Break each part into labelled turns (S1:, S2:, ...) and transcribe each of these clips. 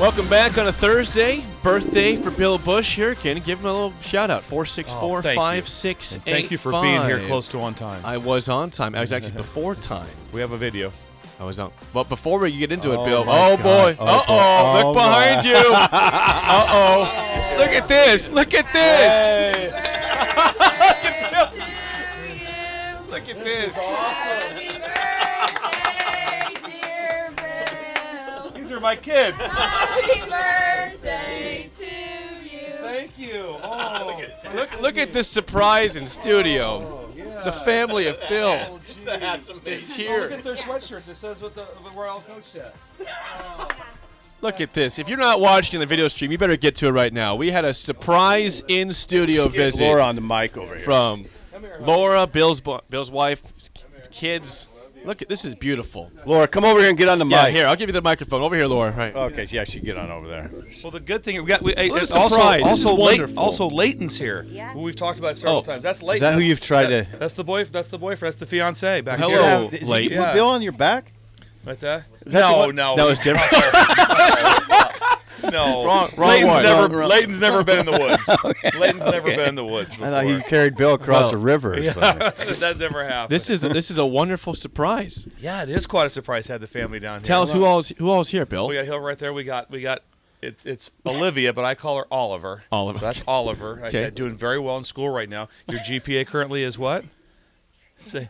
S1: Welcome back on a Thursday. Birthday for Bill Bush here. Can you give him a little shout out? Four six
S2: Oh,
S1: four
S2: thank you.
S1: five six eight
S2: And
S1: five.
S2: Thank you for being here close to on time.
S1: I was on time. I was actually before time.
S2: we have a video.
S1: I was on. But before we get into it,
S2: Oh
S1: Bill.
S2: my
S1: Oh boy.
S2: God. Oh,
S1: uh
S2: boy.
S1: oh.
S2: Oh,
S1: Look behind
S2: my.
S1: you. uh oh. Look at this. Look at this. Look at this.
S3: Happy birthday, dear Bill.
S2: These are my kids.
S3: Happy birthday to you.
S2: Thank you. Oh,
S1: Look look at this surprise in studio. The family of Bill is here.
S2: their sweatshirts. It says what the where I'll coach at.
S1: Look at this. If you're not watching the video stream, you better get to it right now. We had a surprise in studio visit.
S4: Laura on the mic over here.
S1: from Laura, Bill's bu- Bill's wife, his k- kids. Look, at this is beautiful.
S4: Laura, come over here and get on the
S1: Yeah,
S4: mic.
S1: here I'll give you the microphone over here, Laura. Right.
S4: Okay, yeah, she get on over there.
S2: Well, the good thing we got. We, hey,
S1: What a
S2: there's also
S1: surprise. This
S2: also
S1: is
S2: late,
S1: wonderful.
S2: also Leighton's here. Yeah. Who we've talked about several
S1: Oh.
S2: times. That's Leighton.
S4: that who you've tried
S2: that-
S4: to-
S2: That's the boy. That's the boyfriend. That's the fiance back
S1: Hello.
S2: here.
S1: Oh, late.
S4: Is Bill on your back?
S2: Right there.
S4: that the
S2: No,
S4: one-
S2: no,
S4: No, it's different.
S2: no.
S4: Wrong- wrong
S2: Leighton's
S4: one.
S2: never.
S4: Wrong- wrong.
S2: Leighton's never been in the woods. Leighton's never been in the woods. Before.
S4: I thought he carried Bill across
S1: Well,
S4: a river or something.
S2: that never happened.
S1: This is this is a wonderful surprise.
S2: yeah, it is quite a surprise. to Have the family down here.
S1: Tell us who all's who all's here, Bill.
S2: We got Hill right there. We got we got it, it's Olivia, but I call her Oliver.
S1: Oliver.
S2: So that's Oliver. I-
S1: Okay.
S2: I- doing very well in school right now. Your GPA currently is what? Say.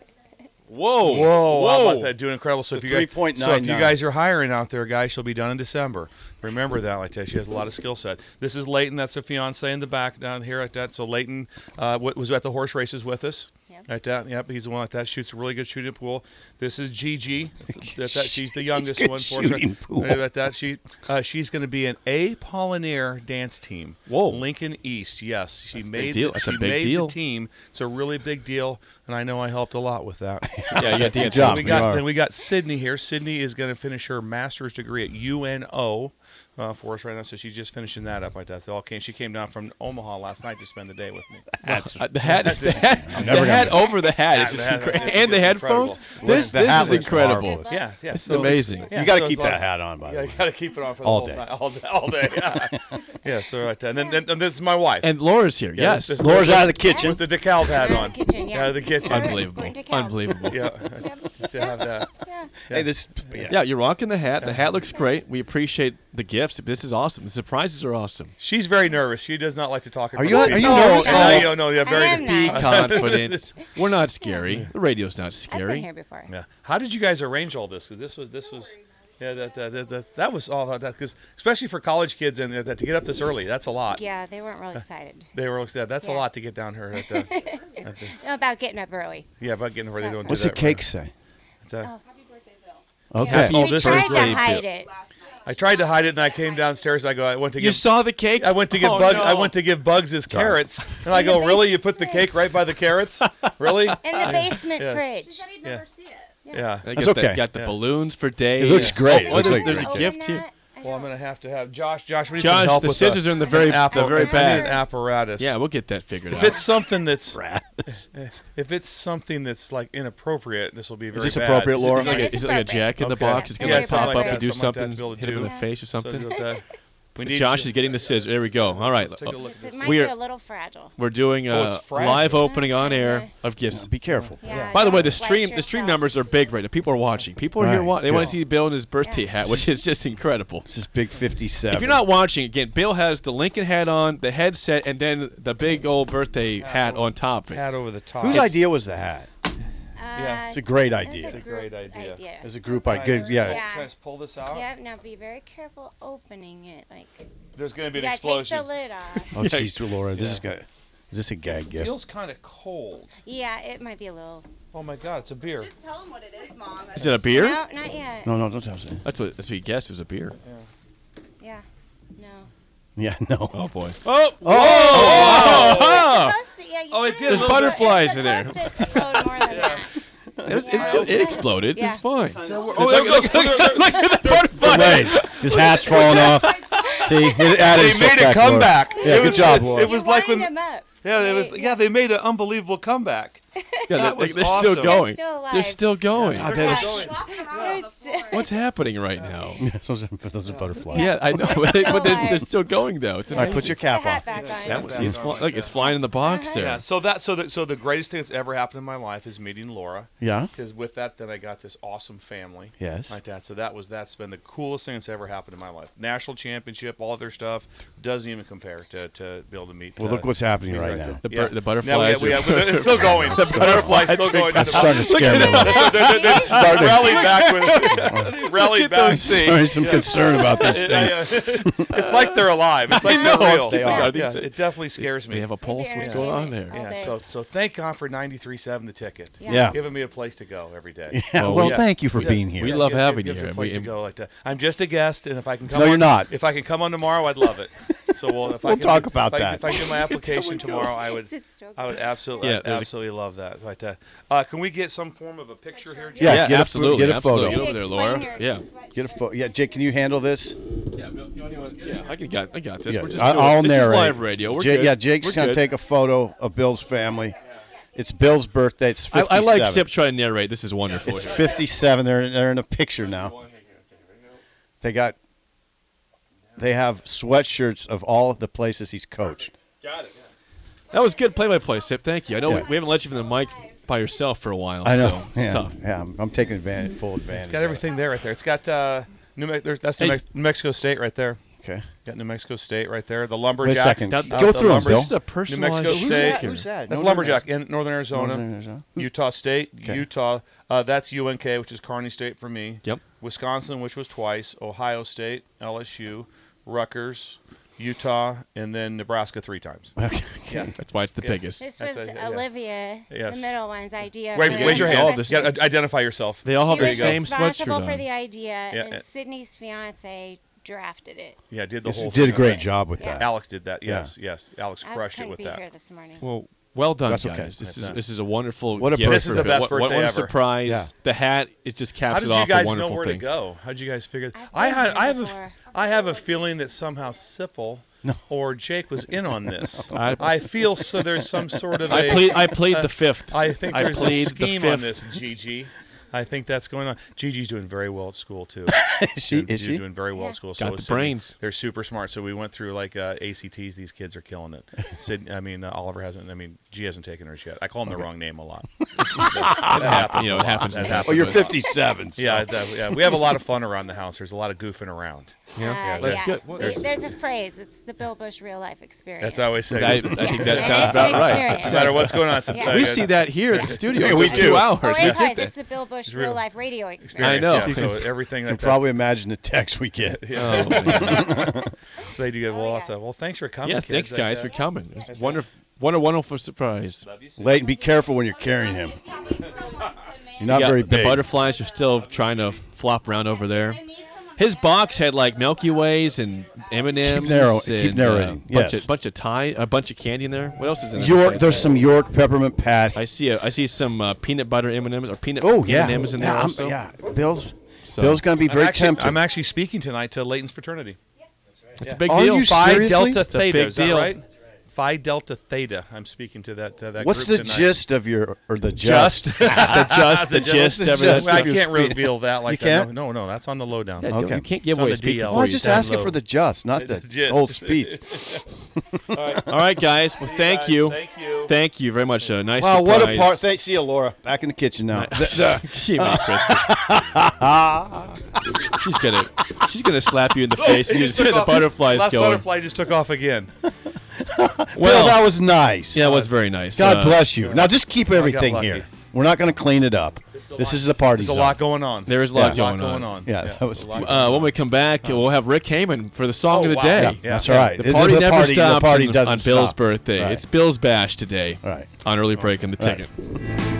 S1: Whoa,
S2: Whoa! Wow, about that doing incredible. So
S4: It's
S2: if
S4: a
S2: you guys, so if you
S4: 3.99.
S2: guys are hiring out there, guys, she'll be done in December. Remember that, like that. She has a lot of skill set. This is Leighton. That's her fiance in the back down here, like that. So Leighton uh, wa- was at the horse races with us.
S3: Yeah.
S2: Like that. Yep, he's the one like that. Shoots a really good shooting pool. This is Gigi. That, that- she's the youngest
S4: good
S2: one. for
S4: shooting pool.
S2: Like that. She uh, she's going to be an A Pollineer dance team.
S1: Whoa.
S2: Lincoln East. Yes, she made
S1: deal.
S2: The,
S1: That's
S2: she
S1: a big
S2: made
S1: deal.
S2: the team. It's a really big deal, and I know I helped a lot with that.
S1: Yeah, you got the
S4: job.
S2: We
S4: You
S2: got
S4: are.
S2: then we got Sydney here. Sydney is going to finish her master's degree at UNO uh, for us right now, so she's just finishing that up like that. They all came. She came down from Omaha last night to spend the day with me.
S1: Uh, the hat,
S2: That's
S1: the
S2: it.
S1: hat,
S4: never
S1: the
S4: gonna-
S1: hat over the hat is
S2: Yeah,
S1: just
S2: the hat-
S1: incredible,
S2: it's
S1: and the
S2: just
S1: headphones.
S2: incredible.
S1: This
S4: The hat
S1: this is
S4: looks
S1: incredible.
S4: marvelous.
S2: yeah, yeah.
S1: This is
S2: so it's-
S1: amazing.
S2: yeah,
S4: You got to
S2: so
S4: keep
S2: it's
S4: that
S2: all-
S4: hat on, by the
S2: Yeah, you
S4: way.
S2: got to keep it on for the
S4: All
S2: whole
S4: day.
S2: time. All day. All day. Yeah. yeah. So right there. And then, then and this is my wife.
S1: And Laura's here.
S2: Yeah,
S1: yes,
S2: this- this-
S4: Laura's out of the kitchen.
S2: with the decal pad
S3: Out of
S2: on.
S3: the kitchen, yeah.
S2: Out of the kitchen.
S3: All right. it's
S1: unbelievable,
S3: going to count.
S1: unbelievable.
S2: Yeah. So have that.
S3: Yeah.
S4: Hey, this. Yeah.
S1: Yeah, you're rocking the hat. The hat looks great. We appreciate the gifts. This is awesome. The surprises are awesome.
S2: She's very nervous. She does not like to talk. in
S4: Are
S2: front
S4: you?
S2: of
S4: Are you
S2: people.
S4: nervous?
S2: And
S4: at
S2: I,
S4: all?
S2: you know, yeah, very.
S3: I am
S1: Be
S3: not.
S1: confident. We're not scary. The radio's not
S3: I've been here
S1: scary.
S3: before.
S2: Yeah. How did you guys arrange all this? Because this was this was. Yeah, that, that, that, that's- that was all that because especially for college kids and uh, that to get up this early, that's a lot.
S3: Yeah, they weren't real excited
S2: They were excited. That's a
S3: Yeah.
S2: lot to get down here. At the,
S3: about getting up early.
S2: yeah, about getting ready to do
S4: What's the
S2: that
S4: cake say?
S2: It's, uh,
S4: Okay.
S1: Oh,
S3: we
S1: this
S3: tried
S1: is
S3: to
S1: great,
S3: hide
S1: too.
S3: it.
S2: I tried to hide it, and I came downstairs. And I go, I went to
S1: You
S2: give,
S1: saw the cake.
S2: I went to give
S1: Oh,
S2: Bugs,
S1: no.
S2: I went to give Bugs his carrots, and I go,
S3: the
S2: really? You put
S3: basement
S2: the cake right by the carrots? Really?
S3: In the basement
S2: Yes.
S3: fridge.
S1: Oh,
S2: Yeah.
S3: Yeah.
S2: Yeah.
S1: They
S4: That's
S1: got the-
S4: okay.
S1: got the
S2: Yeah.
S1: balloons for days.
S4: It looks great.
S1: Oh,
S4: It looks
S1: there's,
S4: like
S1: there's a
S4: great.
S1: gift here.
S2: Well, I'm gonna have to have Josh. Josh, we need some
S1: Josh,
S2: help
S1: the
S2: with
S1: scissors
S2: a,
S1: are in the very
S2: an apple,
S1: the very
S2: I need an
S1: back.
S2: apparatus.
S1: Yeah, we'll get that figured
S2: If it's
S1: out.
S2: something that's
S4: Rat.
S2: if it's something that's like inappropriate, this will be very
S4: this
S2: bad.
S4: appropriate, Laura?
S1: Is it like a,
S3: It's
S1: is it like a
S3: appropriate.
S1: jack in the
S2: Okay.
S1: box? It's gonna
S3: Yeah,
S1: like pop
S3: something
S1: up
S3: like
S1: and
S2: that,
S1: do
S2: something like
S1: something,
S2: that to be able to
S1: hit him in
S2: do.
S1: the face or
S2: So do
S1: something.
S2: that. We need
S1: Josh
S2: to-
S1: is getting the scissors. There we go. All right,
S2: Let's take a look at
S3: It
S2: this.
S3: might
S1: We
S3: be
S1: are-
S3: a little fragile.
S1: we're doing
S2: Oh,
S1: a
S2: it's fragile.
S1: live opening on air of gifts.
S4: Be careful.
S3: Mm-hmm. Yeah.
S1: By the
S3: don't
S1: way, the
S3: sweat
S1: stream the stream
S3: yourself.
S1: numbers are big right now. People are watching. People are here.
S4: Right,
S1: Wa- they want
S4: good.
S1: to see Bill in his birthday hat, which is just incredible.
S4: This is big 57.
S1: If you're not watching, again, Bill has the Lincoln hat on, the headset, and then the big old birthday hat on top of it.
S2: Hat over the top.
S4: whose
S2: It's-
S4: idea was the hat?
S2: Yeah.
S3: Uh,
S4: It's a great
S3: that's
S4: idea.
S2: a great
S3: group
S2: idea.
S4: There's a group I could. Yeah.
S3: Yeah.
S2: Can I just pull this out?
S3: Yep. Now be very careful opening it. Like
S2: There's going to be
S3: you
S2: an
S3: gotta
S2: explosion.
S3: take the lid off.
S4: Oh, jeez, Laura, this is gonna. Is this a gag gift?
S2: Feels kind of cold.
S3: yeah, it might be a little.
S2: Oh my God, it's a beer.
S5: Just tell him what it is, Mom.
S1: Is it a beer?
S3: No, not yet.
S4: No, no, don't tell us that.
S1: That's what that's what he guessed was a beer.
S3: Yeah. No.
S4: Yeah, no.
S1: Oh boy. Ah.
S3: Supposed to- yeah, you
S2: Oh, it did
S3: kinda-
S2: a little
S3: it's
S1: bit. butterflies
S3: supposed
S1: in there.
S3: to explode more than that.
S1: It, was, it's still, it exploded.
S3: Yeah.
S1: It's fine.
S2: Oh, there we go.
S1: Look at that butterfly.
S4: Right. His hat's falling off. See, it added
S2: They
S4: stuff
S2: made a
S4: back, Laura.
S2: comeback.
S4: Yeah, good job, Laura.
S2: It was
S3: You
S2: like
S3: wind
S2: when-
S3: them up.
S2: Yeah, it
S3: They-
S2: was. Yeah, they made an unbelievable comeback.
S1: Yeah,
S2: That
S1: they,
S2: was
S1: they're still
S2: awesome.
S1: going.
S3: They're still alive.
S1: They're still going.
S4: God,
S2: They're
S4: that
S2: still
S4: is-
S2: going.
S3: They're still-
S1: What's happening right now?
S4: those are, those are butterflies.
S1: Yeah, I know, but
S3: still
S1: they're,
S3: alive.
S1: they're still going though. It's
S4: All right, put
S1: amazing.
S4: your cap
S3: the
S4: on.
S3: hat back on.
S1: That was, see, it's fly, look, it's flying in the box there.
S2: Yeah. So that. So that. So the greatest thing that's ever happened in my life is meeting Laura.
S4: Yeah.
S2: Because with that, then I got this awesome family.
S4: Yes.
S2: Like that. So that was that's been the coolest thing that's ever happened in my life. National championship, all their stuff doesn't even compare to to be able to meet.
S4: Well,
S2: uh,
S4: look what's happening
S2: meet
S4: right
S2: there.
S4: now.
S1: The, bur-
S2: Yeah.
S1: the
S2: Now we
S1: butterflies.
S2: have, we
S1: are-
S2: have, it's still going. the butterflies still going.
S4: That's starting to
S1: Look
S4: scare
S1: at
S4: me. a
S1: him.
S4: little.
S2: they're, they're, they're rallied back with. they rallied
S1: Oh. Look at
S2: back.
S1: those things.
S4: Sorry, some concern about this
S2: Yeah,
S4: thing.
S2: yeah. uh, it's like they're alive. It's like
S1: know.
S2: they're real.
S1: They are.
S2: Yeah,
S1: These-
S2: it definitely scares me.
S1: They have a pulse.
S3: They're
S1: What's going on there?
S3: all
S2: Yeah,
S3: day.
S2: so so thank God for 93.7 the ticket.
S4: Yeah.
S2: Giving me a place to go every day.
S4: Yeah,
S1: Well,
S4: well,
S2: yeah.
S4: thank you for
S2: Yeah.
S4: being here.
S1: We love
S2: gives-
S1: having
S2: gives
S1: you
S2: me
S1: here.
S2: A place
S1: We-
S2: to go like that. I'm just a guest, and if I can come,
S4: No,
S2: on,
S4: you're not.
S2: If I can come on tomorrow, I'd love it. So we'll, if I
S4: We'll
S2: can,
S4: talk
S2: if
S4: about
S2: I-
S4: that.
S2: If I do my application tomorrow, I would.
S3: It's so
S2: I would absolutely,
S1: Yeah,
S2: yeah,
S1: there's a-
S2: absolutely love that. But uh, uh, can we get some form of a picture here? Jim?
S1: Yeah,
S4: Yeah, get a photo.
S1: absolutely.
S4: Get a photo.
S1: absolutely. over there,
S3: Explain
S1: Laura.
S3: your-
S1: Yeah.
S4: Get a photo. Yeah, Jake, can you handle this?
S1: Yeah, I can got, I got this.
S4: Yeah,
S1: We're just
S4: I-
S1: doing,
S4: I'll
S1: this is
S4: narrate.
S1: live radio. We're
S4: Ja-
S1: good.
S4: Yeah, Jake's
S1: We're
S4: gonna
S1: good.
S4: take a photo of Bill's family. It's Bill's birthday. It's
S1: I,
S4: 57.
S1: I like Sip trying to narrate. This is wonderful.
S4: It's 57. They're they're in a picture now. They got. They have sweatshirts of all of the places he's coached.
S1: That was good play-by-play, Sip. Thank you. I know
S4: Yeah.
S1: we, we haven't let you from the mic by yourself for a while.
S4: I know.
S1: So it's
S4: yeah,
S1: tough.
S4: Yeah, I'm, I'm taking advantage, full advantage.
S2: It's got
S4: of it.
S2: everything there, right there. It's got uh, New Mex- there's, that's New,
S1: Hey.
S2: Mex- New Mexico State right there.
S4: Okay.
S2: Got New Mexico State right there. The Lumberjacks.
S4: second.
S1: Now,
S2: Uh, the
S4: Go through 'em,
S2: Lumber-
S4: Bill.
S1: This is a personal
S2: Mexico State.
S1: Who's
S2: that?
S1: that?
S2: That's Lumberjack in Northern Arizona.
S4: Northern Arizona.
S2: Utah State,
S4: Okay.
S2: Utah. Uh, that's UNK, which is Kearney State for me.
S1: Yep.
S2: Wisconsin, which was twice. Ohio State, LSU, Rutgers, Utah, and then Nebraska three times.
S4: Okay.
S2: Yeah.
S1: That's why it's the biggest.
S3: This
S2: That's
S3: was
S2: a- yeah.
S3: Olivia,
S2: Yes.
S3: the middle one's idea.
S2: Wait,
S3: for
S2: raise your
S3: the
S2: hand.
S1: All
S3: Christmas.
S1: this-
S2: Yeah, i- identify yourself.
S1: They all have
S3: She
S1: the
S3: was
S1: same
S3: responsible
S1: sweatshirt
S3: for
S1: on.
S3: the idea,
S2: yeah.
S3: and Sydney's fiance drafted it.
S2: Yeah, did the
S4: You
S2: whole.
S4: did a
S2: thing.
S4: great job with that.
S2: Alex did that.
S4: Yeah.
S2: Yes, yes. Alex
S3: I was
S2: crushed it
S3: couldn't
S2: with
S3: be
S2: that.
S3: here this morning.
S1: Well, well done,
S4: That's
S1: guys.
S4: okay.
S1: This is
S2: That's-
S1: this is a wonderful.
S4: What a
S1: gift.
S4: birthday. This is
S2: the best
S1: what, what,
S2: birthday
S1: what a
S2: ever.
S1: surprise!
S4: Yeah.
S1: The hat it just
S2: How
S1: caps
S2: did
S1: it off.
S2: you guys
S1: a
S2: know
S1: wonderful
S2: where
S1: thing.
S2: to go? How'd you guys figure?
S3: I've
S2: I
S3: been
S2: had.
S3: here
S2: I have. A, f-
S3: before.
S2: I have a feeling that somehow Sipple or Jake was in on this. I, feel so. There's some sort of.
S1: I
S2: a-
S1: played. I played the fifth.
S2: I think
S1: I
S2: there's a
S1: plead the
S2: scheme on
S1: fifth.
S2: this, Gigi. I think that's going on. Gigi's doing very well at school too.
S4: Is she?
S2: Doing-
S4: Is she?
S2: doing very well at school? so
S1: Got
S2: is
S1: the
S2: Sydney.
S1: brains.
S2: They're super smart. So we went through like uh, ACTs. These kids are killing it. Sid, I mean uh, Oliver hasn't. I mean G hasn't taken hers yet. I call him the wrong name a lot. that happens.
S1: you know,
S2: a
S1: it
S2: lot.
S1: happens
S2: That
S1: to
S2: happens.
S1: Oh, you're
S4: 57. so-
S2: Yeah, that- yeah, we have a lot of fun around the house. There's a lot of goofing around.
S3: Uh, Yeah,
S2: that's
S3: yeah.
S1: good.
S3: We-
S2: There's-
S3: There's a phrase. It's the Bill Bush real life experience.
S2: That's how I always say.
S1: I, I
S2: no
S1: think
S3: Yeah.
S1: that sounds
S3: It's an
S1: about right.
S3: experience.
S1: That sounds-
S2: matter what's going on. it's- uh,
S1: We
S2: yeah,
S1: see that here at the studio.
S4: Yeah, we
S1: It's
S4: do.
S1: Two
S3: Oh,
S1: hours.
S3: it is.
S1: We did
S3: It's
S1: that.
S3: the Bill Bush
S2: real.
S3: real life radio experience.
S2: experience,
S1: I know.
S2: yeah, so everything
S4: You can
S2: like that.
S4: probably imagine the text we get.
S1: Oh, man.
S2: So they do give
S3: Oh,
S2: lots
S3: yeah.
S2: of. Well, thanks for coming.
S1: yeah,
S2: kids.
S1: thanks
S2: Like,
S1: guys
S2: uh,
S1: for coming. It was wonderful. What a wonderful surprise.
S4: Leighton, be careful when you're carrying him. You're not
S1: Yeah,
S4: very
S1: the
S4: big.
S1: butterflies are still trying to flop around over there. His box had like Milky Ways and M and M's.
S4: Keep narrow- keep narrating,
S1: bunch
S4: yes.
S1: of, bunch of tie, a bunch of candy in there. What else is in there?
S4: York,
S1: besides
S4: there's
S1: that?
S4: some York peppermint pat.
S1: I see. A, I see some uh, peanut butter M and M's or peanut
S4: Oh yeah,
S1: M&Ms in
S4: yeah,
S1: there
S4: I'm-
S1: also.
S4: yeah. Bill's
S1: So-
S4: Bill's gonna be
S2: I'm
S4: very
S2: actually-
S4: tempted.
S2: I'm actually speaking tonight to Leighton's fraternity.
S1: It's a big
S4: Are
S1: deal.
S4: you
S1: Five-
S2: Phi
S4: Seriously?
S2: Delta
S1: a
S2: Theta.
S1: big
S2: Is that
S1: deal.
S2: right? Phi Delta Theta. I'm speaking to that to that
S4: What's the
S2: group tonight. Ah,
S4: gist of your or the
S1: just
S4: just?
S1: the just the gist of it.
S4: just-
S2: Well, I
S4: You're
S2: can't
S4: speaking.
S2: reveal that like
S4: You can't?
S2: that. No, no, no, that's on the lowdown.
S1: Yeah, don't-
S4: Okay.
S1: You can't give
S2: It's on
S1: away
S2: the
S1: speak
S2: DL.
S4: Well, I
S1: before
S4: was
S1: you
S4: just
S1: download.
S4: asking for the just, not the
S2: The gist.
S4: whole speech.
S1: All right, guys. Well, thank you.
S2: Thank you.
S1: Thank you very much. A nice
S4: wow, what a
S1: surprise.
S4: part! Thank, see you, Laura. Back in the kitchen now. The- the-
S1: Gee, Merry Christmas. she's gonna, she's gonna slap you in the
S2: Oh,
S1: face, and you just hear the butterflies
S2: Last
S1: going.
S2: butterfly just took off again.
S4: Bill, that
S1: Well,
S4: was nice.
S1: yeah, it was very nice.
S4: God
S1: Uh,
S4: bless you. Now just keep everything
S2: lucky.
S4: here. We're not going to clean it up. This is the party
S2: There's a
S4: zone.
S2: lot going on.
S1: There is a lot
S2: There's a
S1: going on.
S4: Yeah, that
S2: there's
S4: was-
S2: a lot going
S1: Uh,
S2: on.
S1: when we come back, we'll have Rick Heyman for the song of
S2: Uh-huh. Oh,
S1: the
S2: wow.
S1: day.
S4: Yeah,
S2: Yeah,
S4: that's
S2: yeah.
S4: right.
S1: The
S4: It-
S1: party never stops
S4: The party
S1: on-
S4: doesn't
S1: on Bill's
S4: stop.
S1: birthday.
S4: Right.
S1: It's Bill's bash today
S4: Right.
S1: on early break in the
S4: Right.
S1: ticket.